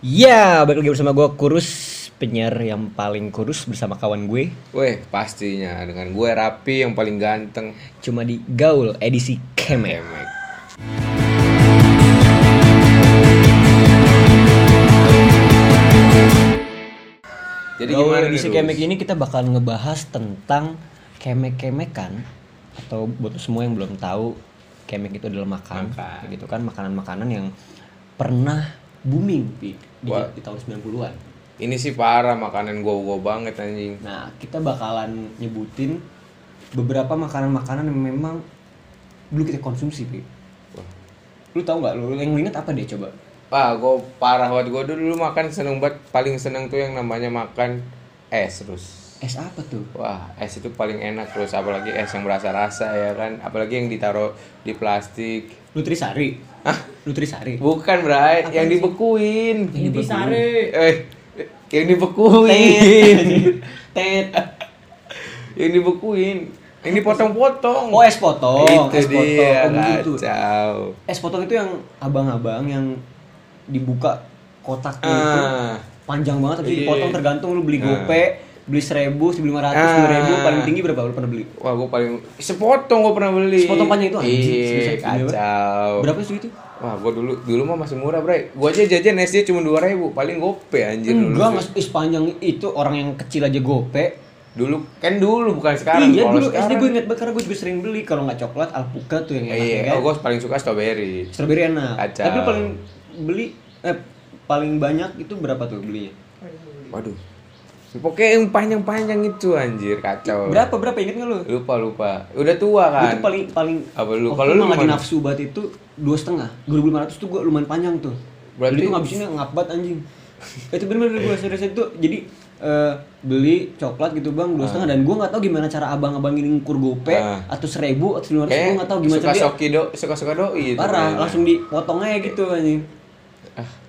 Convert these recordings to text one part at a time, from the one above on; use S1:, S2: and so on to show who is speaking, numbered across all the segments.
S1: Ya, balik lagi bersama gue Kurus, penyiar yang paling kurus bersama kawan gue
S2: Weh, pastinya dengan gue Rapi yang paling ganteng.
S1: Cuma di Gaul edisi Kemek
S2: Emek. Jadi
S1: Gaul
S2: gimana
S1: edisi
S2: nih,
S1: Kemek
S2: Rus?
S1: ini kita bakal ngebahas tentang kemek-kemekan Atau buat semua yang belum tahu, kemek itu adalah makan,
S2: Makan.
S1: gitu kan Makanan-makanan yang pernah booming di, di,
S2: Wah.
S1: di tahun 90-an
S2: Ini sih parah makanan gue gue banget anjing.
S1: Nah, kita bakalan nyebutin beberapa makanan-makanan yang memang dulu kita konsumsi, Pi.
S2: Wah.
S1: Lu tau nggak? Lu yang lu inget apa deh coba?
S2: Wah, gue parah banget gue dulu makan seneng banget. Paling seneng tuh yang namanya makan es, Rus.
S1: Es apa tuh?
S2: Wah, es itu paling enak terus apalagi es yang berasa rasa ya kan. Apalagi yang ditaruh di plastik.
S1: Nutrisari. Hah? Nutrisari.
S2: Bukan, Bray, yang dibekuin.
S1: Yang
S2: dibekuin. Eh, yang dibekuin.
S1: Tet. Tet.
S2: yang dibekuin. Yang dipotong-potong.
S1: Oh, es potong,
S2: itu
S1: es potong. Oh,
S2: dia,
S1: Gitu. begitu.
S2: kacau.
S1: Es potong itu yang abang-abang yang dibuka kotaknya itu
S2: Ah.
S1: panjang banget tapi
S2: Iya.
S1: dipotong tergantung lu beli
S2: Ah.
S1: gope, beli seribu, seribu lima ratus,
S2: Ah.
S1: dua ribu paling tinggi berapa lu pernah beli?
S2: Wah, gue paling sepotong gue pernah beli.
S1: Sepotong panjang itu anjing,
S2: Iya,
S1: sebesar-
S2: kacau.
S1: Berapa sih itu?
S2: Wah, gue dulu dulu mah masih murah, Bray. Gue aja jajan SD cuma 2000, paling gope anjir dulu.
S1: Enggak, Mas Is panjang itu orang yang kecil aja gope.
S2: Dulu kan dulu bukan sekarang.
S1: iya
S2: Kalau
S1: dulu SD
S2: sekarang-
S1: gue inget banget karena gue juga sering beli kalau nggak coklat alpukat tuh yang enak
S2: Iya,
S1: ya kan.
S2: gue paling suka strawberry.
S1: Strawberry enak.
S2: Kacau.
S1: Tapi paling beli eh paling banyak itu berapa tuh belinya?
S2: Waduh. Pokoknya yang panjang-panjang itu anjir kacau.
S1: Berapa berapa inget nggak lu?
S2: Lupa lupa. Udah tua
S1: Itu
S2: kan.
S1: paling paling
S2: Apa lu?
S1: waktu
S2: Kalau
S1: itu
S2: lu
S1: emang lagi
S2: gimana?
S1: nafsu banget itu dua setengah dua ribu lima ratus tuh gue lumayan panjang tuh.
S2: Berarti-
S1: Jadi gue ngabisinnya ngabat anjing. itu bener-bener gue serius itu jadi eh, beli coklat gitu bang dua setengah dan gue nggak tahu gimana cara abang-abang ini ngukur gope
S2: Ah.
S1: atau seribu atau lima ratus
S2: Kayaknya
S1: gue nggak tahu gimana
S2: suka
S1: cara dia
S2: soki do, suka suka doi itu. Eh.
S1: parah
S2: kayaknya.
S1: langsung dipotong aja gitu anjing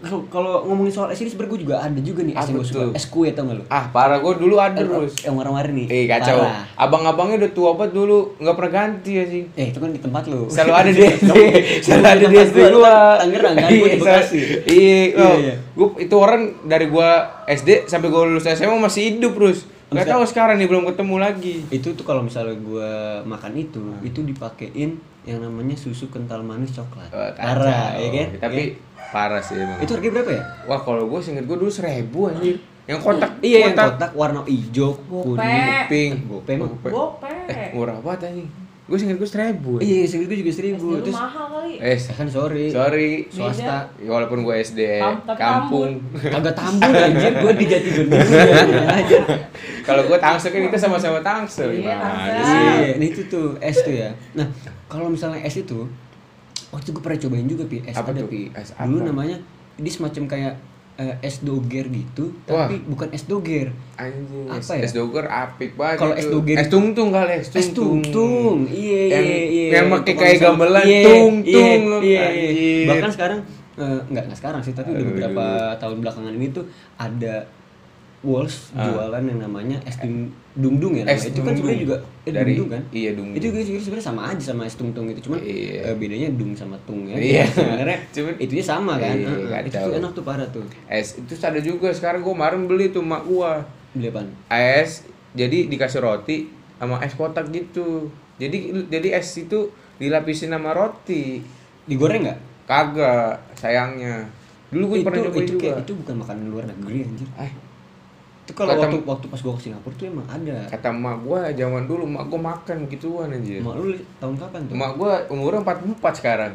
S1: Kalau- kalau ngomongin soal es ini sebenernya gue juga ada juga nih es
S2: Apa
S1: yang gue suka
S2: tuh?
S1: es kue tau gak lu
S2: Ah parah gue dulu ada terus.
S1: yang warna-warni
S2: Eh kacau.
S1: Parah.
S2: Abang-abangnya udah tua banget dulu nggak pernah ganti ya sih.
S1: eh itu kan di tempat lu
S2: Selalu ada di SD,
S1: Kamu-
S2: selalu
S1: kamu
S2: ada di
S1: tempat
S2: SD
S1: gua, lu
S2: gua.
S1: kan Tangerang kan gue
S2: Iya,
S1: di Bekasi
S2: selalu- Iya,
S1: Iya,
S2: oh,
S1: iya.
S2: gua itu orang dari gua SD sampai gua lulus SMA masih hidup terus. Gak tahu sekarang nih belum ketemu lagi.
S1: itu tuh kalau misalnya gue makan itu
S2: Nah.
S1: itu dipakein yang namanya susu kental manis coklat
S2: Wah, Oh, kacau.
S1: parah ya kan
S2: Tapi
S1: Ya.
S2: parah sih emang.
S1: itu harganya berapa ya
S2: Wah kalau gue singkat gue dulu seribu anjir Yang kotak
S1: iya yang
S2: kotak,
S1: kotak warna hijau kuning
S3: Gope.
S2: pink
S1: Gope emang.
S2: Eh
S3: Gopek.
S2: murah banget anjing Gue singkat gue seribu anjing.
S1: iya segitu juga seribu
S3: Dulu
S1: terus
S3: mahal kali.
S2: Eh
S1: Ya kan sorry
S2: sorry
S1: swasta
S2: Ya, Walaupun gue SD
S3: Tam- tapi
S2: kampung
S1: agak tambun anjir gue di jati bener aja
S2: Kalau gue tangsel kan kita sama-sama tangsel
S3: Iya,
S2: Gimana
S3: Tangsel.
S2: sih?
S1: iya nah itu tuh es tuh ya nah kalau misalnya es itu waktu itu gue pernah cobain juga pi es
S2: Apa
S1: ada
S2: tuh?
S1: pi
S2: Es apa?
S1: dulu namanya dia semacam kayak eh, es doger gitu
S2: Wah.
S1: tapi bukan es doger
S2: Anjing, es,
S1: Apa ya?
S2: es doger apik banget
S1: Kalau
S2: itu.
S1: es doger
S2: Es
S1: itu-
S2: tungtung kali es
S1: es
S2: tungtung
S1: tungtung iya iya
S2: Yang-
S1: iya
S2: yang
S1: Itu
S2: pakai
S1: kalau
S2: kayak
S1: misalnya-
S2: gamelan,
S1: iya,
S2: tung-tung.
S1: iya iya,
S2: Anjir.
S1: bahkan sekarang eh, nggak nggak sekarang sih tapi udah
S2: Aduh.
S1: beberapa tahun belakangan ini tuh ada Walls
S2: Ah.
S1: jualan yang namanya es dung dung ya namanya.
S2: Es
S1: itu kan sebenarnya
S2: dung-dung.
S1: juga eh,
S2: Dari-
S1: dung kan
S2: iya, dung-dung.
S1: itu juga sebenarnya- sebenarnya sama aja sama es tung tung gitu cuman
S2: Iya.
S1: eh, bedanya dung sama tung ya
S2: Iya.
S1: sebenarnya
S2: Cuman-
S1: itunya sama kan
S2: Iya,
S1: Heeh, itu
S2: kacau.
S1: tuh enak tuh parah tuh
S2: Es itu ada juga sekarang gue kemarin beli tuh mak gue
S1: beli apaan
S2: es jadi dikasih roti sama es kotak gitu jadi jadi es itu dilapisin sama roti
S1: digoreng nggak
S2: kagak sayangnya dulu gue
S1: itu
S2: pernah coba
S1: itu,
S2: juga
S1: kayak, itu bukan makanan luar negeri anjir
S2: Eh,
S1: itu kalau
S2: Kata-
S1: waktu waktu pas gua ke Singapura tuh emang ada
S2: kata mak gue zaman dulu mak gue makan begituan anjir
S1: Mak lu li- tahun kapan tuh?
S2: mak gue umurnya 44 sekarang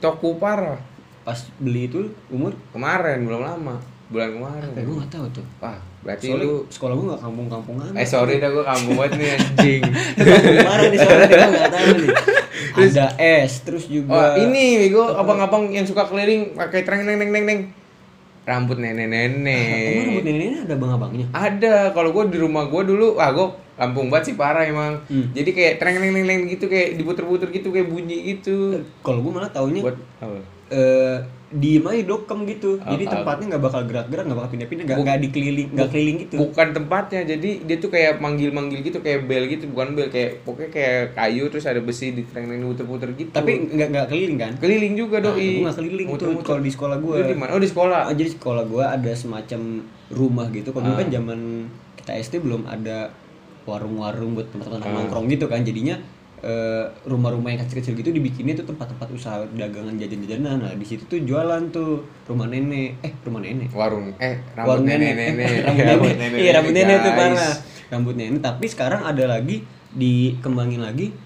S2: toko parah
S1: Pas beli itu umur
S2: Hmm. kemarin belum lama bulan kemarin
S1: apa ya? Gue gak tahu tuh.
S2: wah berarti
S1: Soalnya
S2: lu
S1: sekolah gue gak kampung-kampung amat.
S2: eh sorry dah gue kamu buat nih anjing
S1: Kemarin di sekolah gue gak tahu nih. Ada es, terus juga
S2: Oh, ini gue abang-abang yang suka keliling pakai treng neng neng neng neng. Rambut
S1: Emang rambut
S2: nenek-nenek.
S1: nenek ini ada abang-abangnya?
S2: Ada, kalau gue di rumah gue dulu, ah gue kampung banget sih parah emang.
S1: Hmm.
S2: Jadi kayak treng neng neng neng gitu kayak diputer-puter gitu kayak bunyi gitu.
S1: Kalau gue malah taunya
S2: Buat apa?
S1: eh, diem aja dokem gitu jadi
S2: Up, up.
S1: tempatnya nggak bakal gerak-gerak nggak bakal pindah-pindah nggak
S2: Buk-
S1: nggak dikeliling nggak
S2: buk-
S1: keliling gitu
S2: bukan tempatnya jadi dia tuh kayak manggil-manggil gitu kayak bel gitu bukan bel kayak pokoknya kayak kayu terus ada besi di tereng puter-puter gitu
S1: tapi nggak nggak keliling kan
S2: keliling juga
S1: Nah,
S2: doi
S1: gua nggak keliling tuh
S2: Muter-muter.
S1: kalau di sekolah gua.
S2: Lu di mana oh di sekolah
S1: Ah, jadi sekolah gua ada semacam rumah gitu kalau dulu kan zaman kita SD belum ada warung-warung buat tempat-tempat nongkrong gitu kan jadinya eh, rumah-rumah yang kecil-kecil gitu dibikinnya tuh tempat-tempat usaha dagangan jajan-jajanan nah di situ tuh jualan tuh rumah nenek eh rumah nenek
S2: warung eh rambut
S1: warung
S2: nenek
S1: nenek,
S2: nenek
S1: rambut nenek iya rambut nenek tuh
S2: guys.
S1: parah rambut nenek tapi sekarang ada lagi dikembangin lagi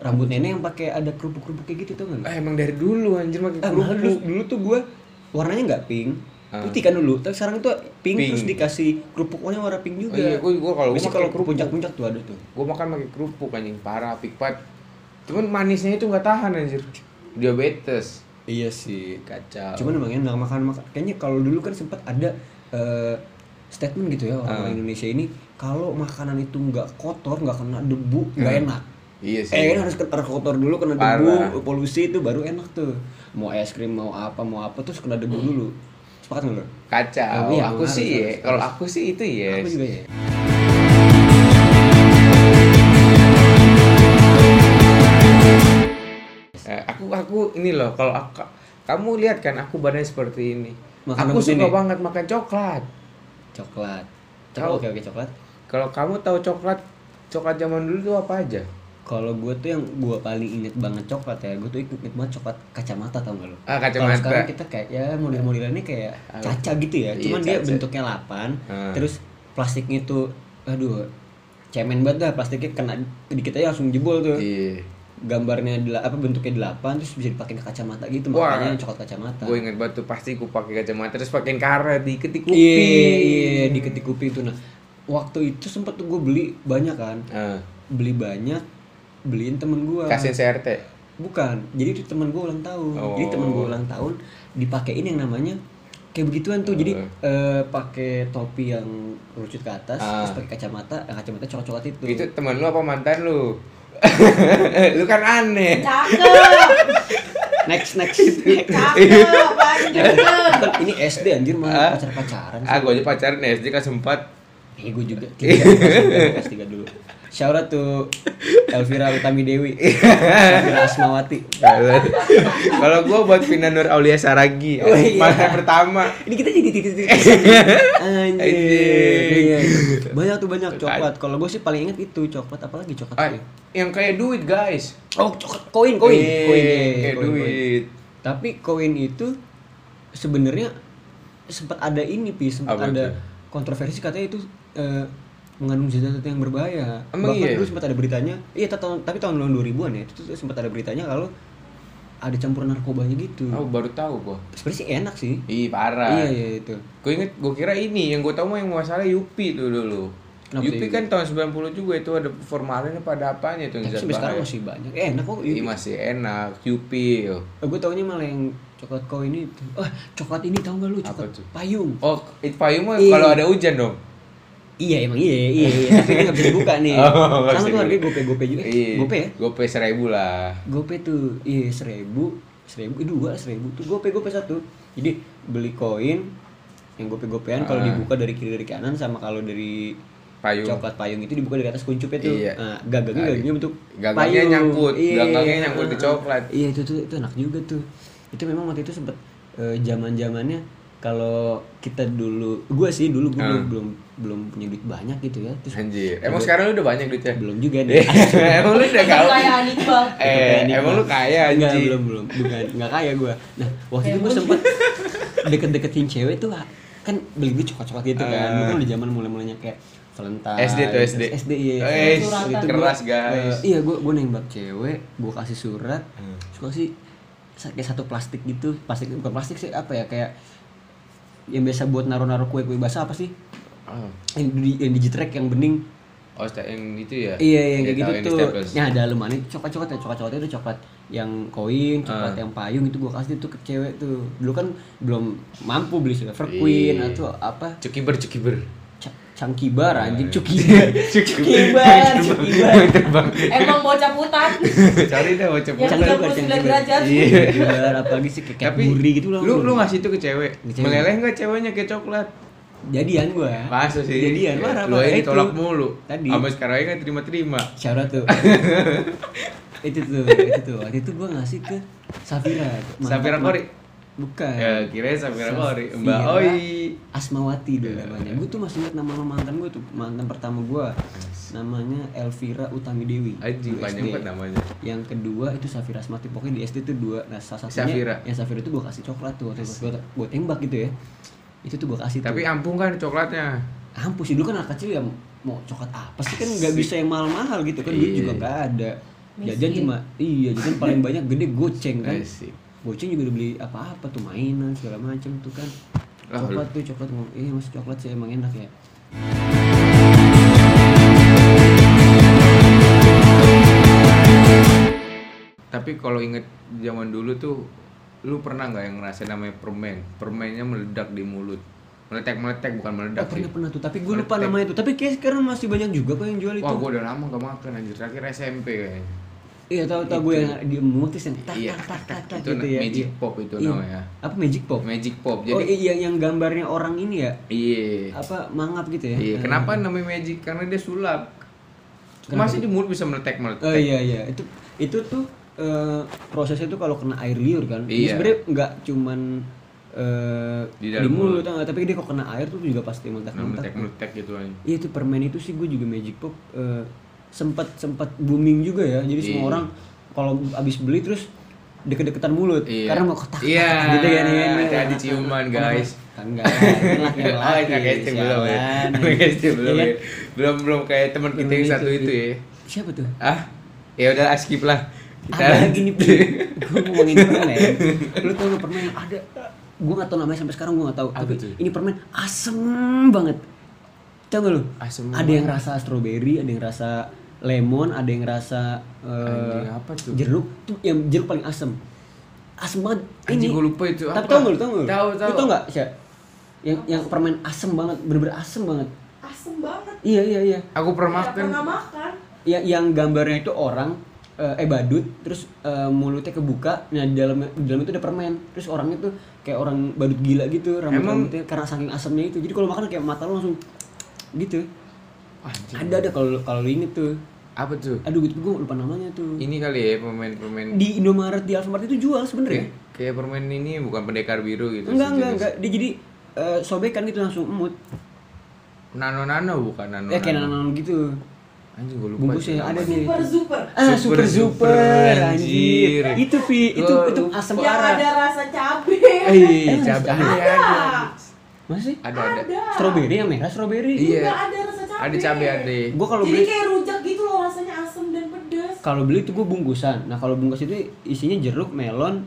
S1: rambut nenek yang pakai ada kerupuk-kerupuk kayak gitu tuh kan
S2: Ah, emang dari dulu anjir pakai
S1: Ah, malah dulu, dulu tuh gue warnanya nggak pink putih kan dulu tapi sekarang itu pink,
S2: Ah. Pink.
S1: terus dikasih kerupuk warna warna pink juga
S2: Oh iya, gua- gua kalau gua
S1: Biasanya
S2: makan
S1: kalau
S2: kerupuk.
S1: puncak puncak tuh ada tuh
S2: gue makan pakai kerupuk anjing parah pikpat cuman manisnya itu nggak tahan anjir diabetes
S1: iya sih
S2: kacau
S1: cuman emang enak makan makan kayaknya kalau dulu kan sempat ada eh, statement gitu ya orang,
S2: Ah.
S1: Indonesia ini kalau makanan itu nggak kotor nggak kena debu nggak enak
S2: iya sih
S1: Eh kan harus ke- harus kotor dulu kena
S2: Parah.
S1: debu, polusi itu baru enak tuh. Mau es krim, mau apa, mau apa terus kena debu
S2: Hmm.
S1: dulu. Sepakat nggak lo? Oh,
S2: kacau
S1: iya,
S2: aku
S1: harus,
S2: sih ya
S1: harus,
S2: kalau
S1: harus.
S2: aku sih itu ya
S1: Aku juga ya.
S2: Eh, aku aku ini loh kalau aku, kamu lihat kan aku badannya seperti ini
S1: Makan
S2: aku
S1: rambut
S2: suka
S1: nenek.
S2: banget makan coklat
S1: Coklat.
S2: Tahu.
S1: Coklat. Oke oke coklat.
S2: kalau kamu tahu coklat coklat zaman dulu tuh apa aja
S1: Kalau gue tuh yang gue paling inget banget coklat ya, gue tuh inget banget coklat kacamata tau gak lo?
S2: Ah,
S1: Kalau
S2: kacamata.
S1: sekarang kita kayak ya model-modelannya kayak
S2: Ah.
S1: caca gitu ya,
S2: Iya,
S1: cuman dia
S2: caca.
S1: bentuknya lapan,
S2: Ah.
S1: terus plastiknya tuh, aduh, cemen banget dah plastiknya kena dikit aja langsung jebol tuh.
S2: iya
S1: Gambarnya dela- apa bentuknya delapan, terus bisa dipakai ke kacamata gitu,
S2: Wah.
S1: makanya coklat kacamata. Iya,
S2: gue inget banget tuh pasti aku pakai kacamata terus pakein karet dikit di kuping
S1: Iya, iya, diketik kuping tuh. Nah, waktu itu sempet tuh gue beli banyak kan,
S2: Ah,
S1: beli banyak, beliin temen gue.
S2: kasihin CRT
S1: Hmm. Bukan. Jadi itu teman gue ulang tahun.
S2: Oh.
S1: Jadi teman gue ulang tahun dipakein yang namanya kayak begituan tuh. Jadi eh, pakai topi yang lucut ke atas,
S2: Ah.
S1: terus pakai kacamata, eh, kacamata coklat-coklat itu.
S2: itu teman Gitu, lu apa mantan lu lu kan aneh
S3: Cakep.
S1: Next next. next.
S3: Cakep. Panjang.
S1: Bukan, ini SD anjir
S2: Ah.
S1: malah pacar-pacaran.
S2: ah gue aja pacaran SD kan sempat
S1: Eh gue juga tiga, Gua kelas tiga dulu. Shout out to Elvira Utami Dewi, Elvira Asmawati.
S2: Kalau- kalau gue buat Vina Nur Aulia Saragi
S1: Oh, iya.
S2: mantan pertama
S1: Ini kita jadi titik-titik Anjir. Iya. Banyak tuh banyak coklat. Kalau gue sih paling inget itu coklat apalagi coklat.
S2: Ah,
S1: ya?
S2: yang kayak duit guys
S1: Oh, coklat koin, koin,
S2: Eh,
S1: koin, iya,
S2: kayak
S1: koin, koin.
S2: duit
S1: Tapi koin itu sebenarnya sempat ada ini pi, sempat
S2: Apa
S1: ada
S2: itu?
S1: kontroversi katanya itu eh, mengandung zat-zat yang berbahaya.
S2: Emang
S1: Bahkan
S2: iya?
S1: dulu sempat ada beritanya. Iya, ta- tahun- tapi tahun 2000-an ya, itu tuh sempat ada beritanya kalau ada campuran narkobanya gitu.
S2: oh baru tahu gue
S1: Sebenarnya sih enak sih.
S2: ih parah
S1: Iya, iya itu.
S2: gue inget gue kira ini yang gue tahu mah yang masalah Yupi tuh dulu
S1: Kenapa
S2: Yupi
S1: tuh
S2: kan tahun 90 juga itu ada formalin apa ada apanya itu yang
S1: Tapi
S2: zat
S1: sampai sekarang
S2: bahaya. Iya.
S1: masih banyak. Eh, enak kok.
S2: Ih, masih enak Yupi
S1: gue taunya malah yang coklat kau ini itu. Ah, coklat ini tau gak lu?
S2: Apa
S1: Coklat
S2: tuh?
S1: payung.
S2: oh it payung mah
S1: Ih.
S2: kalau ada hujan dong
S1: Iya emang iya iya, iya. tapi dia nggak bisa dibuka nih.
S2: Oh,
S1: Sama
S2: nggak bisa
S1: tuh harganya
S2: dibuka.
S1: gope gope juga. Eh,
S2: Iya.
S1: Gope ya?
S2: Gope seribu lah.
S1: Gope tuh iya seribu seribu eh, dua seribu tuh gope gope satu. Jadi beli koin yang gope gopean kalau
S2: Ah.
S1: dibuka dari kiri dari kanan sama kalau dari
S2: Payung.
S1: coklat payung itu dibuka dari atas kuncupnya tuh
S2: Iya.
S1: nah, gagangnya
S2: Nah,
S1: gagangnya bentuk
S2: gagangnya nyangkut, gagangnya nyangkut di coklat.
S1: iya itu tuh itu enak juga tuh itu memang waktu itu sempet zaman zamannya kalau kita dulu gua sih dulu gua belum belum belum punya duit banyak gitu ya terus
S2: Ah. Anjir. Emang sekarang lu udah banyak duitnya?
S1: belum juga nih
S2: emang lu udah
S3: Itu
S2: kau.
S3: kayak Anibal.
S2: Eh, emang lu kaya
S1: Enggak,
S2: anjir.
S1: belum belum bukan nggak kaya gua nah waktu itu gua sempet deket-deketin cewek tuh kan beli beli coklat-coklat gitu kan
S2: Ah.
S1: mungkin udah zaman mulai-mulainya kayak Valentine
S2: SD tuh,
S1: terus
S2: SD.
S1: SD iya
S2: Eh,
S1: Waktu itu
S2: keras,
S1: gua,
S2: guys.
S1: eh, iya gua gua nembak cewek gua kasih surat
S2: Hmm.
S1: terus gua kasih sa- kayak satu plastik gitu plastik bukan plastik sih apa ya kayak yang biasa buat naruh-naruh kue-kue basah apa sih
S2: Oh,
S1: yang di yang digitrek yang bening
S2: Oh, sta- yang itu ya?
S1: Iya yang
S2: Dia
S1: kayak gitu
S2: tahu ini
S1: tuh.
S2: staples.
S1: Nah dalemannya coklat-coklat ya coklat-coklatnya itu coklat yang koin,
S2: Ah.
S1: coklat yang payung itu gua kasih tuh ke cewek tuh. Dulu kan belum mampu beli silver queen
S2: Iya.
S1: atau apa.
S2: Cekiber cekiber.
S1: Cek Cangkibar anjing Cukibar. Cukibar, Cukibar.
S2: terbang
S3: Emang bocah putat.
S2: cari deh mau
S3: Yang
S2: cepet
S1: Cangkibar,
S3: 39 derajat.
S2: Iya.
S1: Cukibar apalagi sih kayak
S2: tapi
S1: buri gitu lah.
S2: lu lu ngasih itu ke cewek
S1: Ke cewek.
S2: meleleh nggak ceweknya kayak coklat
S1: jadian gua.
S2: Masa sih
S1: Jadian marah
S2: lu
S1: marah
S2: aja
S1: itu.
S2: ditolak mulu
S1: Tadi.
S2: sama sekarang aja nggak terima terima
S1: Syara tuh. itu tuh, itu tuh. Waktu itu gua ngasih ke Safira. Mantap,
S2: Safira
S1: Mak.
S2: Kori?
S1: Bukan.
S2: ya kirain Safira Kori
S1: Safira
S2: Mbak Oi
S1: Asmawati dulu
S2: Ya,
S1: namanya. Gue tuh masih ingat nama mantan gue tuh, mantan pertama gue. Namanya Elvira Utami Dewi.
S2: Anjing
S1: Dulu
S2: panjang
S1: SD.
S2: banget namanya.
S1: Yang kedua itu Safira Asmati. Pokoknya di SD tuh dua. Nah, salah satunya
S2: Safira.
S1: yang Safira itu gue kasih coklat tuh waktu gue gue tembak gitu ya. Itu tuh gue kasih
S2: Tapi
S1: tuh.
S2: ampun kan coklatnya.
S1: Hampus sih dulu kan anak kecil ya mau coklat apa sih kan nggak bisa yang mahal-mahal gitu kan duit
S2: Iya.
S1: juga nggak ada. Jajan
S3: Miskin.
S1: cuma iya jajan paling banyak gede goceng kan.
S2: Asik.
S1: Goceng juga udah beli apa-apa tuh mainan segala macam tuh kan.
S2: Lah,
S1: Coklat tuh coklat ngomong, eh masih coklat sih emang enak ya.
S2: Tapi kalau inget zaman dulu tuh lu pernah nggak yang ngerasain namanya permen? Permennya meledak di mulut. Meletek-meletek bukan
S1: Oh,
S2: meledak sih.
S1: pernah pernah tuh, tapi gue lupa namanya tuh. Tapi kayak sekarang masih banyak juga kok yang jual itu.
S2: Wah, gua udah lama gak makan anjir. Terakhir SMP kayaknya.
S1: Iya tahu tahu gue yang di mutis yang tak
S2: Iya,
S1: tak tak tak
S2: itu
S1: gitu ya.
S2: magic
S1: Iya.
S2: pop itu
S1: Iya.
S2: namanya.
S1: Apa magic pop?
S2: Magic pop.
S1: oh
S2: Jadi
S1: iya yang gambarnya orang ini ya.
S2: iya.
S1: Apa mangap gitu ya?
S2: Iya,
S1: Nah.
S2: kenapa namanya magic? Karena dia sulap.
S1: Kenapa
S2: Masih di mulut bisa meletek-meletek.
S1: Oh iya iya itu itu tuh eh, prosesnya tuh kalau kena air liur kan. Ini
S2: Iya.
S1: Sebenarnya nggak cuman eh, di,
S2: Di dalam
S1: mulut,
S2: mulut.
S1: tau nggak? tapi dia kalau kena air tuh juga pasti
S2: Nah,
S1: meledak-meledak.
S2: meletek-meletek gitu aja.
S1: Iya itu permen itu sih gue juga Magic Pop eh, sempat sempat booming juga ya. Jadi semua
S2: Iya.
S1: orang kalau abis beli terus deket-deketan mulut
S2: Iya.
S1: karena mau kotak
S2: Iya,
S1: gitu kan ya.
S2: nanti ada ciuman, guys.
S1: Enggak, ini
S2: Oh,
S1: laki-laki.
S2: anak SD belum ya.
S1: sialan.
S2: Anak SD belum
S1: Iya kan?
S2: ya.
S1: gitu.
S2: Belum belum kayak teman kita yang satu itu ya.
S1: Siapa tuh?
S2: Ah, ya udah ah, skip lah. Kita
S1: ada gini pi gue mau ngomongin permen ya. lu tau nggak permen yang ada gue nggak tau namanya sampai sekarang gue nggak tau
S2: Apa
S1: tapi
S2: tuh?
S1: ini permen asem banget tau gak lu
S2: Asem
S1: ada yang rasa strawberry ada yang rasa lemon ada yang rasa eh,
S2: Anjing, apa tuh?
S1: jeruk tuh yang jeruk paling asem asem banget ini
S2: Anjing, gua lupa itu
S1: tapi
S2: apa.
S1: tau gak lu tau gak lu
S2: Tahu,
S1: Lu
S2: tahu.
S1: tau nggak Sya? yang yang permen asem banget bener-bener asem banget
S3: Asem banget.
S1: iya iya iya
S2: aku pernah
S3: Nggak
S2: makan.
S3: pernah makan.
S1: Ya, yang gambarnya itu orang eh eh, badut terus eh, mulutnya kebuka nah di dalam di dalam itu ada permen terus orangnya tuh kayak orang badut gila gitu rambut rambutnya karena saking asamnya itu jadi kalau makan kayak mata lo langsung gitu
S2: Anjing.
S1: ada ada kalau kalau lu inget tuh
S2: Apa tuh?
S1: aduh gitu gue lupa namanya tuh
S2: Ini kali ya pemain-pemain
S1: di Indomaret di Alfamart itu jual sebenernya
S2: kayak permen ini bukan pendekar biru gitu.
S1: enggak enggak
S2: sejenis.
S1: enggak dia jadi eh, sobekan gitu langsung emut
S2: Nano-nano bukan nano.
S1: ya kayak nanan gitu
S2: Anjing gua lupa.
S1: bungkusnya ada nih
S3: Super super.
S1: ah super
S2: Super-super,
S1: super anjir
S2: anjir.
S1: itu pi itu
S2: Gua
S1: itu
S2: lupa. Ya,
S1: asam
S3: Yang ada
S1: parah
S3: rasa cabe.
S2: Eh,
S1: Emang
S2: cabai
S1: ada?
S2: ada. Ada.
S1: masih
S2: Ada.
S3: Ada.
S1: Strawberry yang merah strawberry.
S2: Iya.
S3: Nggak ada rasa cabe.
S2: Ada cabai ada.
S1: Gua kalau
S3: Jadi
S1: beli
S3: kayak rujak gitu loh rasanya asem dan pedes.
S1: kalau beli itu gue bungkusan. Nah kalau bungkus itu isinya jeruk, melon,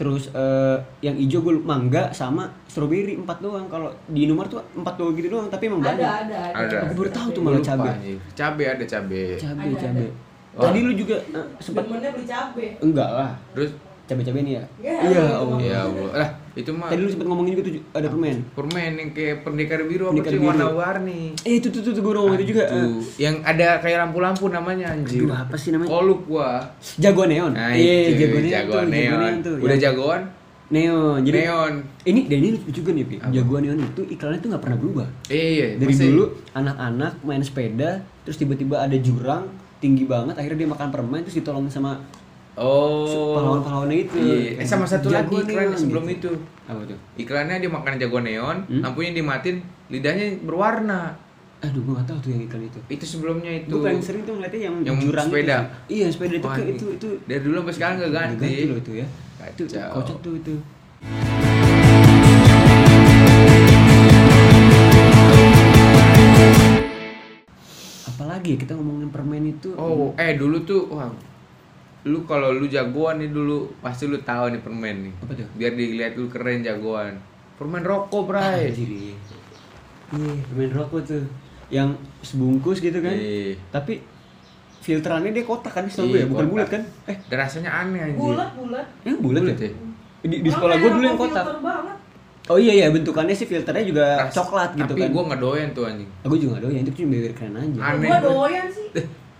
S1: terus eh, yang hijau gue mangga sama strawberry empat doang. Kalau di nomor tuh empat doang gitu doang, tapi emang
S3: Ada
S1: banyak.
S3: ada
S2: Ada.
S3: ada.
S1: Aku baru tahu tuh
S2: Gua
S1: malah
S2: lupa,
S1: cabai.
S2: anjing. Cabai ada cabai.
S1: Cabai,
S3: Ada,
S1: cabai.
S2: ada.
S1: Tadi lu juga eh, sempet
S3: Demennya beli cabe.
S1: enggak lah.
S2: Terus
S1: Cabai-cabai nih ya.
S3: Ya,
S1: Iya,
S3: itu
S1: Allah.
S3: mah.
S2: ya Allah. Lah, itu mah
S1: Tadi lu sempet ngomongin juga tuh ada permen.
S2: permen yang kayak pendekar biru apa
S1: Pendekar
S2: sih
S1: biru.
S2: warna-warni
S1: Eh itu tuh tuh, tuh gue ngomong itu juga. eh,
S2: Tuh, yang ada kayak lampu-lampu namanya anjir
S1: Aduh, apa sih namanya?
S2: koluk gua
S1: Jagoan neon.
S2: Nah,
S1: Iya,
S2: itu,
S1: jagoan neon.
S2: jagoan
S1: tuh,
S2: neon. udah
S1: Yang-
S2: jagoan
S1: neon. Jadi
S2: neon
S1: Ini dan ini lucu juga nih, Pi. Jagoan neon itu iklannya tuh nggak pernah berubah.
S2: iya iya
S1: Dari
S2: pasti.
S1: dulu anak-anak main sepeda, terus tiba-tiba ada jurang tinggi banget, akhirnya dia makan permen terus ditolongin sama
S2: oh
S1: pahlawan-pahlawannya itu.
S2: iya eh, sama satu lagi
S1: Jagoan
S2: iklan
S1: neon,
S2: sebelum
S1: gitu. Hmm?
S2: itu
S1: Apa tuh?
S2: iklannya dia makan jagoan neon lampunya dimatin lidahnya berwarna
S1: Aduh, gua nggak tahu tuh yang iklan itu.
S2: itu sebelumnya itu
S1: Gue paling sering tuh ngeliatnya yang,
S2: Yang
S1: jurang itu
S2: sepeda.
S1: sih. Iya, sepeda itu
S2: Wah,
S1: ke-
S2: ini.
S1: itu itu
S2: dari dulu sampai sekarang gak
S1: ganti.
S2: ganti
S1: loh itu ya. Itu, itu
S2: Kacau.
S1: kocak tuh itu. Apalagi ya kita ngomongin permen itu
S2: oh eh dulu tuh wah lu kalau lu jagoan nih dulu pasti lu tahu nih permen nih
S1: apa tuh?
S2: biar dilihat lu keren jagoan permen rokok
S1: Ah,
S2: bray
S1: Anjir. Iya, permen rokok tuh. Yang sebungkus gitu kan.
S2: Iya.
S1: Tapi filterannya dia kotak kan setahu gue
S2: Iya,
S1: ya, bukan
S2: kotak.
S1: bulat kan? Eh,
S2: dan rasanya aneh anjir
S3: Bulat bulat.
S1: yang bulat
S2: Bulat
S1: ya?
S2: ya?
S1: Di, di sekolah gue dulu yang kotak.
S3: banget.
S1: Oh iya iya bentukannya sih filternya juga
S2: Ras-
S1: coklat gitu
S2: tapi
S1: kan.
S2: gua nggak doyan tuh anjing
S1: Aku juga doyan itu cuma bibir keren aja.
S2: Aneh. Eh,
S3: Gua doyan sih.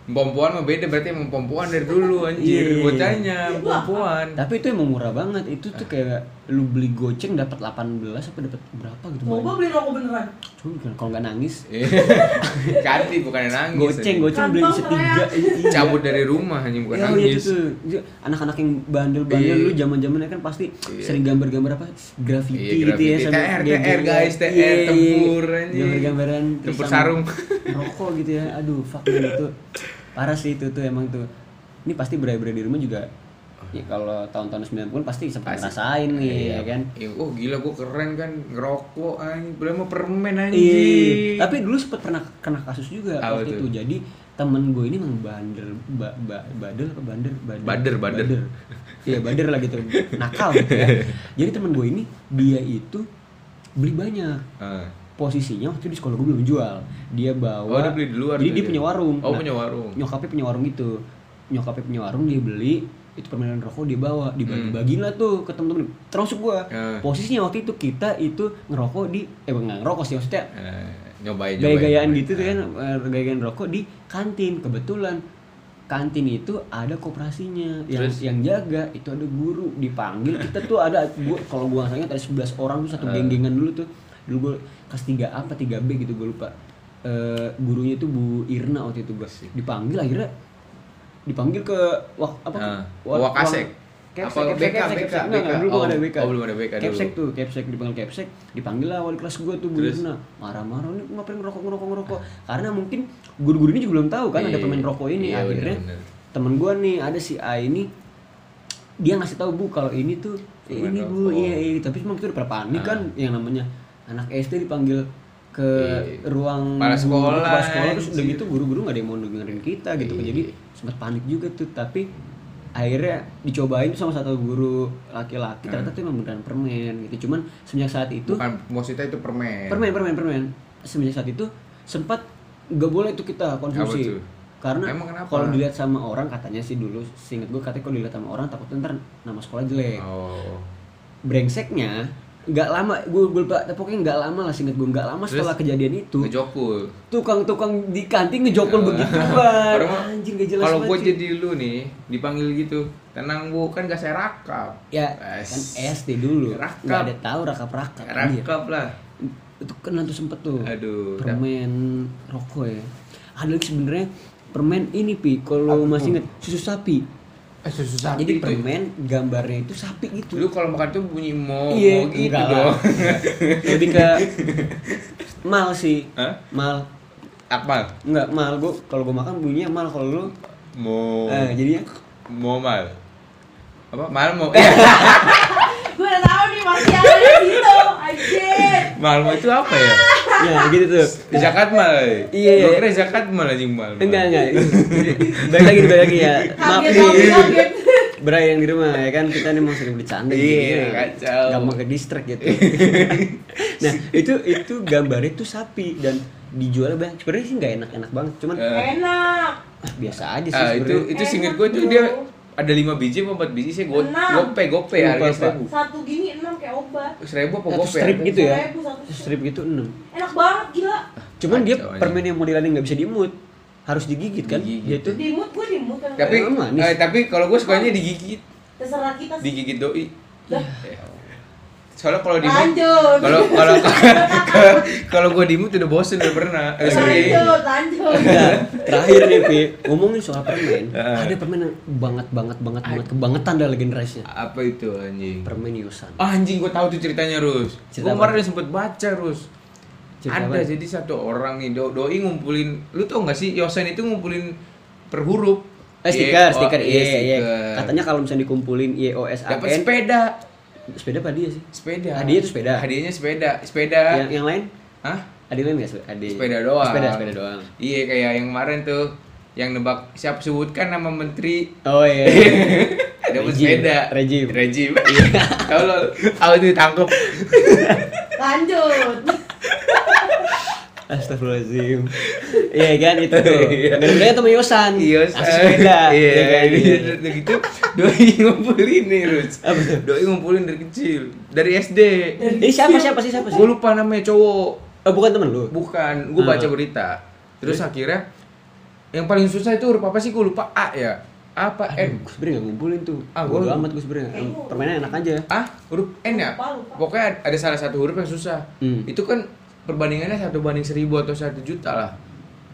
S2: Pompoan mah beda berarti emang pompoan dari dulu
S1: Iya.
S2: anjir bocahnya pompoan
S1: Tapi kan- itu emang murah banget. Itu
S2: Eh.
S1: tuh kayak lu beli goceng dapat 18 apa dapat berapa gitu.
S3: Mau gua
S1: banyak.
S3: beli rokok beneran.
S1: Cuma kan kalau nggak nangis
S2: Ganti bukan Iya, nangis
S1: goceng
S2: anjing.
S1: goceng beli
S3: Kantong
S1: setiga iya.
S2: cabut dari rumah anjing bukan
S1: Ya, iya
S2: nangis
S1: itu tuh. Ju- anak-anak yang bandel-bandel
S2: Iya.
S1: lu zaman-zamannya kan pasti
S2: Iya.
S1: sering gambar-gambar apa graffiti
S2: Iya,
S1: gitu ya
S2: graffiti.
S1: sambil
S2: TR,
S1: geger.
S2: TR, guys, TR,
S1: Iya, iya.
S2: tempur, anjing.
S1: gambar-gambaran terus
S2: Tempur
S1: sama
S2: sarung.
S1: rokok gitu ya aduh fuck man, itu parah sih itu tuh emang tuh ini pasti berai-berai di rumah juga ya kalau tahun-tahun 90 pun pasti sempat
S2: Oh. Pasti.
S1: ngerasain nih ya kan
S2: Iya, oh gila gua keren kan ngerokok anjing belum mau permen
S1: Iya,
S2: anjing
S1: tapi dulu sempet pernah kena kasus juga
S2: Apa
S1: waktu
S2: tuh?
S1: itu. Jadi temen gue ini emang bandel, ba, ba, badel apa bander, bader,
S2: Bader, bader.
S1: Iya bader lah gitu, nakal gitu ya. Jadi temen gue ini dia itu beli banyak.
S2: Ah.
S1: Posisinya waktu di sekolah gue belum jual. Dia bawa.
S2: Oh, dia beli di luar
S1: Jadi
S2: tuh
S1: dia
S2: dia.
S1: punya warung. Nah,
S2: Oh, punya warung.
S1: Nyokapnya punya warung itu. Nyokapnya punya warung dia beli itu permainan rokok dia bawa
S2: Hmm.
S1: dibagi-bagiin lah tuh ke temen-temen termasuk gua
S2: Eh.
S1: posisinya waktu itu kita itu ngerokok di eh bukan nggak ngerokok sih maksudnya
S2: Eh, nyobain nyobain,
S1: gaya-gayaan
S2: nyobain.
S1: gitu tuh kan eh,
S2: nah.
S1: gaya-gayaan rokok di kantin kebetulan kantin itu ada koperasinya yang
S2: Terus?
S1: yang jaga itu ada guru dipanggil kita tuh ada gua kalau gua nggak salah ingat ada 11 orang tuh satu
S2: Eh.
S1: genggengan dulu tuh dulu gua kelas 3 A apa 3 B gitu gua lupa Eh, gurunya tuh Bu Irna waktu itu gua dipanggil akhirnya dipanggil ke wak apa
S2: Ah.
S1: wa-
S2: Wakasek?
S1: Kepsek,
S2: Apa
S1: kepsek,
S2: BK,
S1: kepsek,
S2: BK,
S1: kepsek. Enggak, enggak,
S2: BK.
S1: dulu gua nggak
S2: Oh,
S1: ada BK.
S2: oh, belum ada BK dulu.
S1: Kepsek tuh kepsek dipanggil kepsek dipanggil lah wali kelas gue tuh bu
S2: Terus?
S1: Irna marah-marah ini ngapain ngerokok ngerokok ngerokok karena mungkin guru-guru ini juga belum tahu kan ada
S2: Iya,
S1: permen rokok ini
S2: iya,
S1: akhirnya
S2: bener-bener.
S1: temen gue nih ada si A ini dia ngasih tahu bu kalau ini tuh ya
S2: Permen
S1: ini bu
S2: rokok. Ah.
S1: iya iya tapi cuma kita udah pada panik kan yang namanya anak SD dipanggil ke
S2: Iya.
S1: ruang
S2: Kepala
S1: guru,
S2: sekolah,
S1: kepala sekolah terus udah
S2: anjir.
S1: gitu guru-guru nggak ada yang mau dengerin kita gitu kan
S2: Iya.
S1: jadi sempat panik juga tuh tapi akhirnya dicobain tuh sama satu guru
S2: Nah.
S1: laki-laki ternyata tuh emang beneran permen gitu cuman semenjak saat itu
S2: bukan maksudnya itu permen
S1: permen permen permen semenjak saat itu sempat nggak boleh tuh kita
S2: Apa
S1: konsumsi
S2: tuh?
S1: karena
S2: Emang kenapa?
S1: kalau dilihat sama orang katanya sih dulu seinget gue katanya kalau dilihat sama orang takutnya ntar nama sekolah jelek
S2: oh
S1: brengseknya nggak lama gue gue lupa tapi pokoknya nggak lama lah singkat gue nggak lama
S2: Terus?
S1: setelah kejadian itu
S2: ngejokul
S1: tukang-tukang di kantin ngejokol begituan
S2: Orang Iya. mah,
S1: anjir gak jelas
S2: kalau
S1: banget,
S2: gue
S1: cuy.
S2: jadi lu nih dipanggil gitu tenang bu kan gak saya rakap
S1: ya
S2: Es.
S1: kan
S2: Ya,
S1: SD dulu
S2: Rakap. Ya,
S1: nggak ada tahu rakap rakap
S2: rakap lah
S1: itu kena tuh sempet tuh
S2: Aduh,
S1: permen rokok ya ada lagi sebenarnya permen ini pi kalau masih inget susu sapi
S2: eh, susu
S1: jadi permen gambarnya itu sapi gitu
S2: lu kalau makan tuh bunyi mo
S1: Iya,
S2: mo gitu
S1: enggak lah.
S2: dong
S1: lebih ke mal sih
S2: Hah?
S1: mal
S2: apa
S1: Enggak, mal gua kalau gua makan bunyinya mal kalau lu
S2: mo
S1: eh jadinya
S2: mo mal apa mal mo eh,
S3: Gua udah tahu nih masih ada di situ. Anjir.
S2: mal mo itu apa ya
S1: ya gitu tuh.
S2: zakat mal eh.
S1: Iya, iya.
S2: Gua kira zakat mal anjing mal mal.
S1: Enggak, enggak. Baik lagi, baik lagi ya. Maaf
S3: Kaget,
S1: nih.
S3: kaget, kaget.
S1: Berai yang di rumah ya kan kita nih emang sering bercanda
S2: Iya,
S1: ya.
S2: kacau. Iya.
S1: Gampang ke distract gitu. nah, itu itu gambarnya tuh sapi dan dijual banyak. Sebenarnya sih nggak enak-enak banget, cuman
S2: Eh.
S3: Enak.
S1: ah, biasa aja sih
S2: Ah, itu
S1: sebenarnya.
S2: itu singkat
S3: Enak,
S2: gue tuh
S3: bro.
S2: dia ada lima biji apa empat biji sih gue
S3: Enam.
S2: gope
S1: Lupa,
S2: gope harganya
S1: Pak.
S2: seribu
S3: Satu gini enam kayak obat.
S2: seribu apa
S1: Satu
S2: gope
S1: strip
S2: harganya?
S1: gitu ya.
S3: Seribu, satu strip.
S1: Strip gitu enam.
S3: Enak banget gila.
S1: Cuman dia
S2: Kacau, anjing.
S1: permen yang modelannya nggak bisa diemut. Harus digigit kan?
S2: Digigit.
S1: Dia tuh
S3: Dimut gua dimut kan.
S2: tapi
S1: Emang manis.
S2: eh, tapi kalau gue sukanya digigit
S3: terserah kita sih.
S2: digigit doi
S3: Lah.
S2: Ya. soalnya kalau di
S3: Lanjut.
S2: kalau kalau kalau gue dimut udah bosen udah pernah eh, sorry
S3: Lanjut, lanjut.
S1: Nah, terakhir nih Pi, ngomongin soal permen,
S2: Ah.
S1: ada permen yang banget banget banget banget kebangetan dari generasinya.
S2: apa itu anjing
S1: Permen Yusan.
S2: Ah, anjing gue tahu tuh ceritanya Rus
S1: Cerita apa?
S2: gue kemarin sempet baca Rus
S1: Cerita
S2: ada
S1: apa?
S2: jadi satu orang nih do doi ngumpulin lu tau gak sih Yosen itu ngumpulin per huruf
S1: Eh stiker,
S2: Iya,
S1: stiker,
S2: oh,
S1: iya, iya,
S2: stiker.
S1: Katanya kalau misalnya dikumpulin IOS
S2: dapat
S1: APN,
S2: sepeda
S1: sepeda apa dia sih?
S2: sepeda
S1: Hadiah itu sepeda.
S2: hadiahnya sepeda sepeda
S1: Yang, yang lain?
S2: Hah?
S1: Ada lain nggak sepeda? Ada.
S2: Ya.
S1: Oh,
S2: sepeda doang
S1: Iya. Sepeda, sepeda doang.
S2: iya kayak yang kemarin tuh yang nebak siap sebutkan nama menteri
S1: Oh iya.
S2: ada
S1: Rejim.
S2: sepeda
S1: Rejim. Iya.
S2: rejim tau lo aku ditangkap
S3: Lanjut.
S1: Astagfirullahaladzim. Iya kan itu. Dan sebenarnya temen Yosan.
S2: Iya,
S1: Asli sepeda.
S2: Iya,
S1: kan?
S2: iya. Udah gitu Doi ngumpulin nih, Rus.
S1: Apa tuh?
S2: Doi ngumpulin dari kecil, dari SD.
S1: Eh siapa siapa sih siapa sih?
S2: Gue lupa namanya cowok.
S1: Eh, bukan temen lu.
S2: Bukan,
S1: Ah.
S2: gue baca berita. Terus akhirnya yang paling susah itu huruf apa sih? Gue lupa A ya. Apa
S1: Aduh,
S2: N?
S1: gue sebenernya gak ngumpulin tuh.
S2: Ah, gua-
S1: Bodo amat gue sebenernya. Em, Permainan enak aja.
S2: Ah, huruf N ya?
S3: Lupa, lupa.
S2: Pokoknya ada salah satu huruf yang susah.
S1: Hmm.
S2: Itu kan perbandingannya satu banding seribu atau satu juta lah.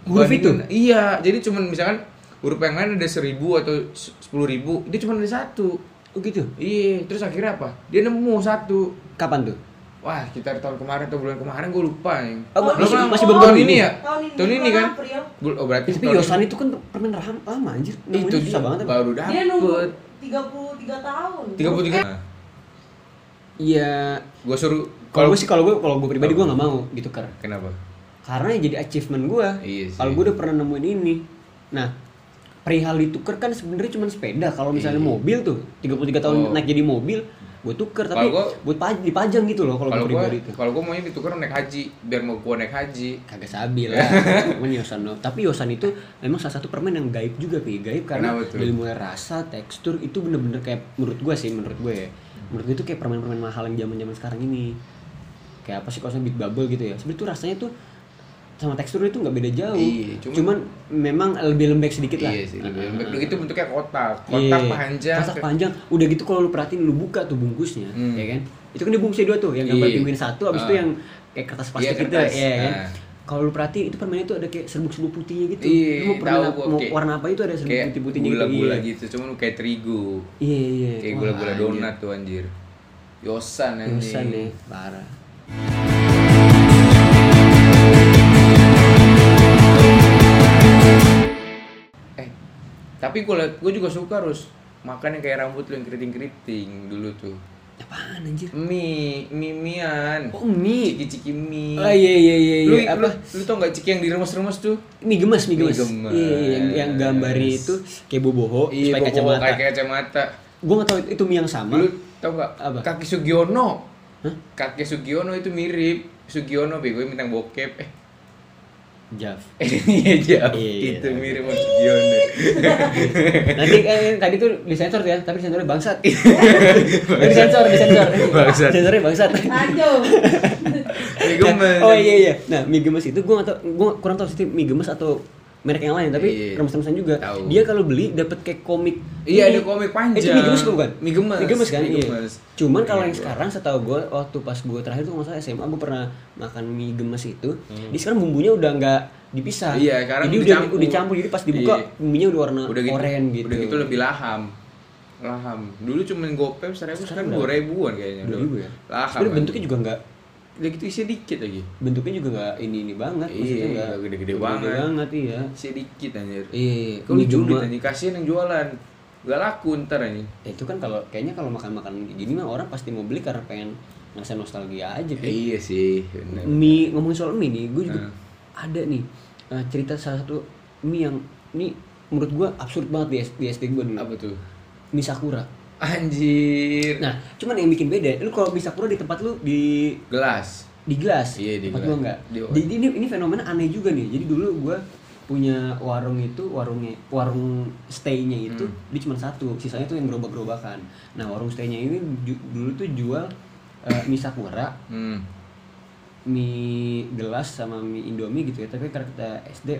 S1: Huruf
S2: Bandingan- Iya, jadi cuman misalkan huruf yang lain ada seribu atau se- sepuluh ribu, itu cuma ada satu.
S1: Oh gitu.
S2: Iya, terus akhirnya apa? Dia nemu satu.
S1: Kapan tuh?
S2: Wah, kita tahun kemarin atau bulan kemarin gue lupa nih.
S1: Oh,
S2: Lu
S1: masih-
S2: pernah-
S1: masih
S2: tahun
S1: baru-baru
S2: ini
S1: ini?
S2: ya?
S3: Tahun ini,
S2: Tahun ini
S3: bulan
S2: kan?
S3: April.
S2: Bul- Oh, berarti
S1: Tapi
S2: tahun-
S1: Yosan itu kan permen raham lama anjir. Nemuinnya
S2: itu
S1: susah
S2: dia
S1: banget.
S2: baru
S3: Dia nunggu
S2: dapet
S3: 33 tahun.
S2: 33
S1: Iya.
S2: Gue suruh
S1: Kalau gue sih kalau gue kalau gue pribadi gue nggak mau gitu kan.
S2: kenapa?
S1: Karena ya jadi achievement gue.
S2: Iya sih.
S1: Kalau gue udah pernah nemuin ini. Nah, perihal dituker kan sebenarnya cuma sepeda. Kalau misalnya
S2: Iya.
S1: mobil tuh 33 tahun
S2: Oh.
S1: naik jadi mobil, gue tuker tapi
S2: Kalau gua-
S1: buat paj- dipajang gitu loh kalau
S2: Kalau
S1: gue
S2: gue
S1: pribadi tuh.
S2: kalau gue maunya ditukar naik haji biar mau gue naik haji.
S1: Kagak sabi lah. Cuman Yosan loh. Tapi Yosan itu memang salah satu permen yang gaib juga, Pi. Gaib karena
S2: Kenapa tuh?
S1: dari mulai rasa, tekstur itu bener-bener kayak menurut gue sih, menurut gue ya. Menurut gue itu kayak permen-permen mahal yang zaman-zaman sekarang ini. Kayak apa sih kalau beat bubble gitu ya. Sebenarnya tuh rasanya tuh sama teksturnya tuh nggak beda jauh.
S2: Iya,
S1: cuman,
S2: cuman-
S1: memang lebih lembek sedikit lah.
S2: Iya sih.
S1: Heeh.
S2: Lebih lebih itu bentuknya
S1: Iya.
S2: kotak, kotak panjang.
S1: Kotak panjang. Udah gitu kalau lu perhatiin lu buka tuh bungkusnya,
S2: Hmm.
S1: ya kan? Itu kan dibungkusnya dua tuh, yang gambar
S2: Iya.
S1: penguin satu, abis itu
S2: Ah.
S1: yang kayak kertas plastik
S2: Iya,
S1: gitu,
S2: kertas.
S1: ya kan?
S2: Ah.
S1: Kalau lu perhatiin itu permainan itu ada kayak serbuk-serbuk putihnya gitu.
S2: Iya,
S1: lu mau, permen
S2: tahu
S1: apa-
S2: gua,
S1: mau
S2: kayak-
S1: warna apa itu ada serbuk
S2: Kayak
S1: putih-putihnya gitu.
S2: gula-gula
S1: iya.
S2: gitu, cuman kayak terigu.
S1: Iya, iya.
S2: Kayak
S1: Wah,
S2: gula-gula
S1: anjir.
S2: donat tuh anjir. Yosan anjing.
S1: Bosan ya, parah.
S2: Eh, tapi gue gue juga suka harus makan yang kayak rambut lu yang keriting-keriting dulu tuh.
S1: Apaan anjir?
S2: Mie, mie mian.
S1: Oh, mie.
S2: Ciki-ciki mie.
S1: Oh iya iya iya
S2: Lu,
S1: iya.
S2: lu,
S1: Apa?
S2: lu tau gak ciki yang diremes-remes tuh?
S1: Mie gemes, mie
S2: Mie
S1: gemes.
S2: gemes.
S1: Iya, iya, yang, yang gambarnya itu kayak boboho, terus
S2: Iya,
S1: pakai
S2: bobo
S1: kacamata.
S2: kayak kacamata.
S1: Gue gak tau itu mie yang sama.
S2: Lu tau gak?
S1: Apa?
S2: Kaki Sugiono.
S1: Hah?
S2: Kaki Sugiono itu mirip. Sugiono bego yang bintang bokep. Eh,
S1: Jav.
S2: Iya, jauh.
S1: Iya.
S2: Itu mirip sama Sugiono.
S1: Nanti eh, tadi tuh disensor ya, tapi sensornya bangsat. Bangsat. disensor, disensor.
S2: Bangsat.
S1: Sensornya bangsat.
S3: Lanjut.
S2: Mie gemes.
S1: Oh iya iya. Nah, mie gemes itu gua atau gua kurang tahu sih itu mie gemes atau merek yang lain, tapi
S2: Iya.
S1: remes-remesan juga.
S2: Tahu.
S1: Dia kalau beli dapat kayak komik.
S2: Iya,
S1: ini.
S2: ada
S1: Eh, Itu
S2: komik panjang.
S1: mie gemes kan, bukan?
S2: Mie gemes.
S1: Mie gemes kan?
S2: Mie
S1: Iya.
S2: gemes.
S1: Cuman kalau yang
S2: Iya.
S1: sekarang setahu gua waktu pas gua terakhir tuh masa SMA gua pernah makan mie gemes itu. Di sekarang bumbunya udah nggak dipisah.
S2: Hmm. Iya, sekarang
S1: jadi udah
S2: dicampur.
S1: udah dicampur jadi pas dibuka
S2: Iya.
S1: bumbunya udah warna
S2: udah gitu,
S1: oranye gitu.
S2: Udah gitu lebih laham. Laham. Dulu cuman gopep seribu sekarang
S1: Sekarang
S2: dua ribuan kayaknya.
S1: Dua ribu ya.
S2: Laham.
S1: Sebenarnya bentuknya juga nggak
S2: udah gitu isinya dikit lagi.
S1: bentuknya juga nggak ini ini banget.
S2: Iya,
S1: nggak
S2: nggak gede-gede banget.
S1: banget iya.
S2: Isinya dikit anjir.
S1: Iya,
S2: Kalau
S1: mie
S2: julid
S1: gemes.
S2: anjir kasihan yang jualan. Gak laku ntar anjir.
S1: Ya, itu kan kalau kayaknya kalau makan makan gini mah orang pasti mau beli karena pengen ngerasain nostalgia aja. Pi.
S2: Iya sih, bener.
S1: mie ngomongin soal mie nih gue juga
S2: Hmm.
S1: ada nih eh, cerita salah satu mie yang ini menurut gue absurd banget di, S- di SD gue dulu
S2: Apa tuh?
S1: mie sakura
S2: Anjir.
S1: nah cuman yang bikin beda lu kalau mie sakura di tempat lu di
S2: Gelas.
S1: di gelas
S2: Iya, di
S1: tempat
S2: gelas.
S1: gua enggak
S2: Di-
S1: Di- di- ini, ini fenomena aneh juga nih jadi dulu gue punya warung itu warungnya warung stay-nya itu
S2: Hmm.
S1: dia cuma satu sisanya tuh yang gerobak-gerobakan nah warung stay-nya ini ju- dulu tuh jual eh, mie sakura
S2: Hmm.
S1: mie gelas sama mie indomie gitu ya tapi karena kita SD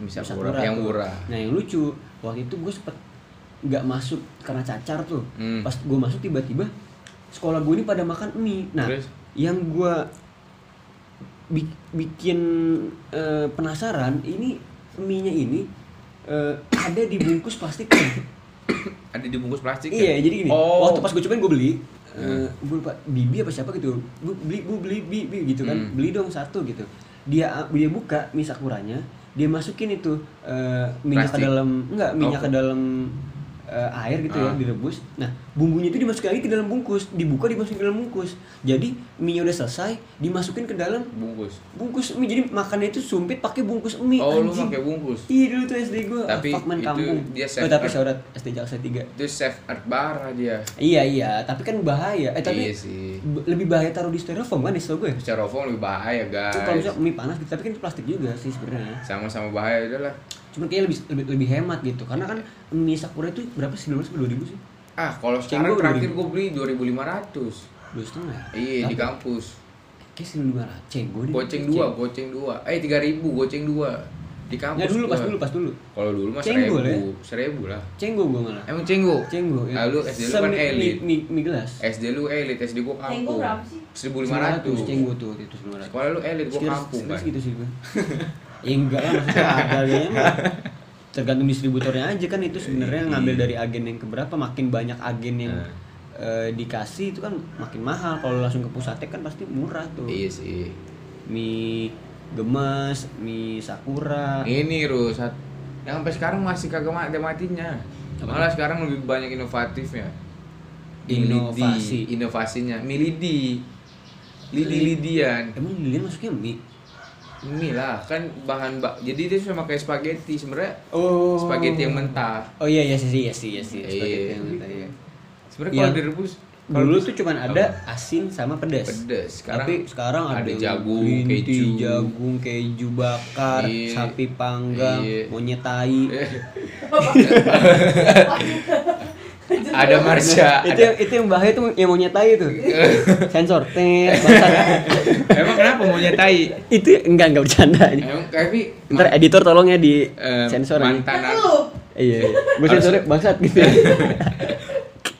S2: Mie
S1: bisa
S2: Sakura, yang murah.
S1: nah yang lucu waktu itu gue sempet nggak masuk karena cacar tuh
S2: Hmm.
S1: pas gue masuk tiba-tiba sekolah gue ini pada makan mie nah
S2: Terus?
S1: yang gue bi- bikin eh, penasaran ini mie nya ini eh, ada dibungkus plastik
S2: Ada dibungkus plastik
S1: Iya,
S2: ya?
S1: jadi gini.
S2: Oh.
S1: Waktu pas gue cobain gue beli, eh, gue lupa Bibi apa siapa gitu. Gue beli, gue beli Bibi gitu kan.
S2: Hmm.
S1: Beli dong satu gitu. Dia dia buka mie sakuranya, dia masukin itu eh, minyak ke
S2: Plastik.
S1: dalam enggak minyak
S2: Oh.
S1: ke dalam eh, air gitu ya
S2: Ah.
S1: direbus. Nah, bumbunya itu dimasukin lagi ke dalam bungkus, dibuka dimasukin ke dalam bungkus. Jadi mie udah selesai, dimasukin ke dalam
S2: bungkus.
S1: bungkus mie. Jadi makannya itu sumpit pakai bungkus mie
S2: Oh, lu
S1: anjing.
S2: pakai bungkus.
S1: Iya dulu tuh SD gue,
S2: Tapi
S1: fuck man
S2: itu
S1: kampung. oh,
S2: dia
S1: tapi
S2: safeguard.
S1: saudara SD Jaksa 3
S2: Itu chef art bara dia.
S1: Iya iya, tapi kan bahaya. Eh tapi
S2: Iya sih.
S1: b- lebih bahaya taruh di styrofoam kan, setahu gue.
S2: Styrofoam lebih bahaya,
S1: Itu kalau
S2: guys.
S1: misalnya mie panas gitu, tapi kan itu plastik juga sih sebenarnya.
S2: Sama-sama bahaya udah lah.
S1: Cuma kayaknya lebih, lebih lebih hemat gitu, karena kan mie sakura itu berapa sih dulu ribu sih?
S2: ah kalau sekarang
S1: Cenggo
S2: terakhir gue beli 2500
S1: dua setengah ya?
S2: iya di
S1: Tapi
S2: kampus
S1: kayaknya seribu lima ratus cenggo deh
S2: goceng dua goceng dua eh 3000 goceng dua di kampus
S1: Nggak Ya, dulu
S2: gua.
S1: pas dulu pas dulu
S2: kalau dulu mas
S1: Cenggo
S2: seribu
S1: lah ya?
S2: seribu lah
S1: cenggo gua malah
S2: emang cenggo
S1: cenggo
S2: Ah, lu SD lu kan
S1: Semi- ya.
S2: elit. Eh,
S1: mi, mi, mi gelas
S2: SD lu elit SD gua
S3: Cenggo
S2: kampung
S3: berapa sih?
S2: 1500
S1: cenggo tuh waktu itu seribu lima ratus
S2: sekolah lu elit gua kampung kan
S1: gitu sih gua ya enggak lah maksudnya harganya mah tergantung distributornya aja kan itu sebenarnya
S2: Iya.
S1: ngambil dari agen yang keberapa makin banyak agen yang
S2: Nah.
S1: eh, dikasih itu kan makin mahal kalau langsung ke pusatek kan pasti murah tuh
S2: iya sih
S1: mie gemas mie sakura
S2: ini Rus sat- yang sampai sekarang masih kagak ma- ada matinya malah sekarang lebih banyak inovatifnya
S1: Inovasi.
S2: Milidi, inovasinya milidi lidi lidian
S1: emang lilian masuknya mie
S2: ini lah kan bahan bak jadi dia sama kayak spaghetti sebenarnya
S1: oh
S2: spaghetti yang mentah
S1: oh iya iya sih iya sih iya sih
S2: Iya.
S1: spaghetti yang mentah, iya.
S2: sebenarnya
S1: Iya.
S2: kalau direbus kalau
S1: dulu
S2: direbus
S1: tuh cuman ada asin sama pedas
S2: pedes sekarang
S1: tapi sekarang ada,
S2: ada
S1: yang
S2: jagung,
S1: green tea,
S2: keju.
S1: jagung keju bakar
S2: Iya.
S1: sapi panggang
S2: Iya.
S1: monyet tai
S2: ada marsha
S1: itu
S2: ada
S1: yang, itu yang bahaya tuh yang monyet tai tuh sensor tet bangsat.
S2: emang kenapa mau nyetai
S1: itu enggak enggak bercanda ini
S2: emang tapi
S1: ntar editor tolongnya di
S2: eh,
S1: sensor ini
S2: mantan
S3: Kan lu.
S1: iya iya. gua sensornya bangsat gitu ya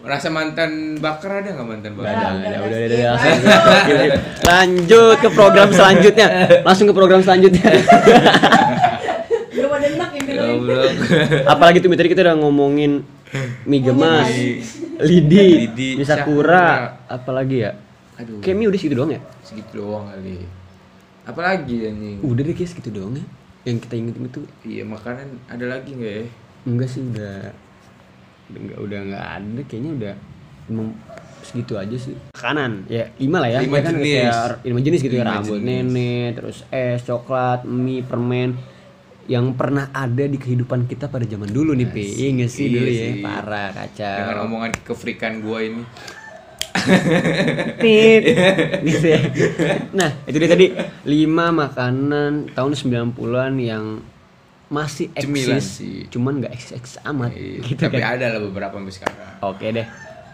S2: rasa mantan bakar ada nggak mantan bakar
S3: Nggak ada.
S1: udah udah
S3: udah,
S1: udah, udah,
S3: skip.
S1: langsung. lanjut ke program selanjutnya langsung ke program selanjutnya
S3: Udah pada enak yang
S2: Ya
S3: dengerin.
S2: Allah.
S1: apalagi tuh tadi kita udah ngomongin mie gemas
S2: Lidi.
S1: Oh, iya, lidi,
S2: Lidi,
S1: mie sakura apalagi ya
S2: Aduh,
S1: kayak mie udah segitu doang ya
S2: segitu doang kali. Apalagi anjing?
S1: udah deh kayak segitu doang ya yang kita ingetin itu
S2: Iya, makanan ada lagi nggak ya?
S1: enggak sih udah enggak udah enggak ada kayaknya udah emang segitu aja sih kanan ya lima lah ya
S2: Lima
S1: Ya kan
S2: jenis.
S1: kayak lima jenis gitu ya
S2: Lima
S1: rambut
S2: jenis.
S1: nenek terus es coklat mie permen yang pernah ada di kehidupan kita pada zaman dulu nih pi iya nggak sih
S2: Iya
S1: dulu ya
S2: sih.
S1: parah kacau
S2: Dengan omongan kefrikan gua ini.
S1: Tit. gitu ya. Nah, itu dia tadi 5 makanan tahun 90-an yang masih
S2: Cemilan
S1: eksis,
S2: sih.
S1: cuman nggak eksis amat
S2: Iya,
S1: gitu
S2: tapi
S1: kan.
S2: ada lah beberapa sampai sekarang.
S1: Oke deh.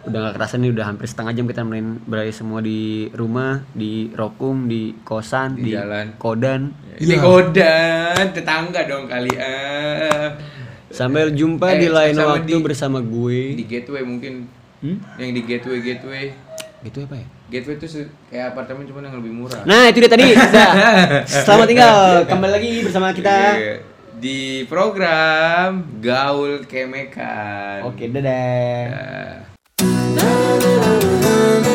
S1: Udah nggak kerasa nih udah hampir setengah jam kita nemenin berada semua di rumah, di rokum, di kosan, di,
S2: Di jalan. Iya,
S1: kodan.
S2: Ya,
S1: Iya.
S2: Ini godaan tetangga dong kali ah.
S1: Sampai jumpa di
S2: Eh,
S1: lain
S2: sama
S1: waktu
S2: di-
S1: bersama
S2: Di
S1: gue.
S2: gateway mungkin.
S1: Hmm?
S2: Yang di gateway gateway.
S1: Gitu apa ya?
S2: Gateway itu kayak apartemen cuman yang lebih murah.
S1: Nah, itu dia tadi. Udah. Selamat tinggal. Kembali lagi bersama kita.
S2: Iya. Di program Gaul Kemekan.
S1: Oke, dadah.
S2: Nah.
S4: na na na na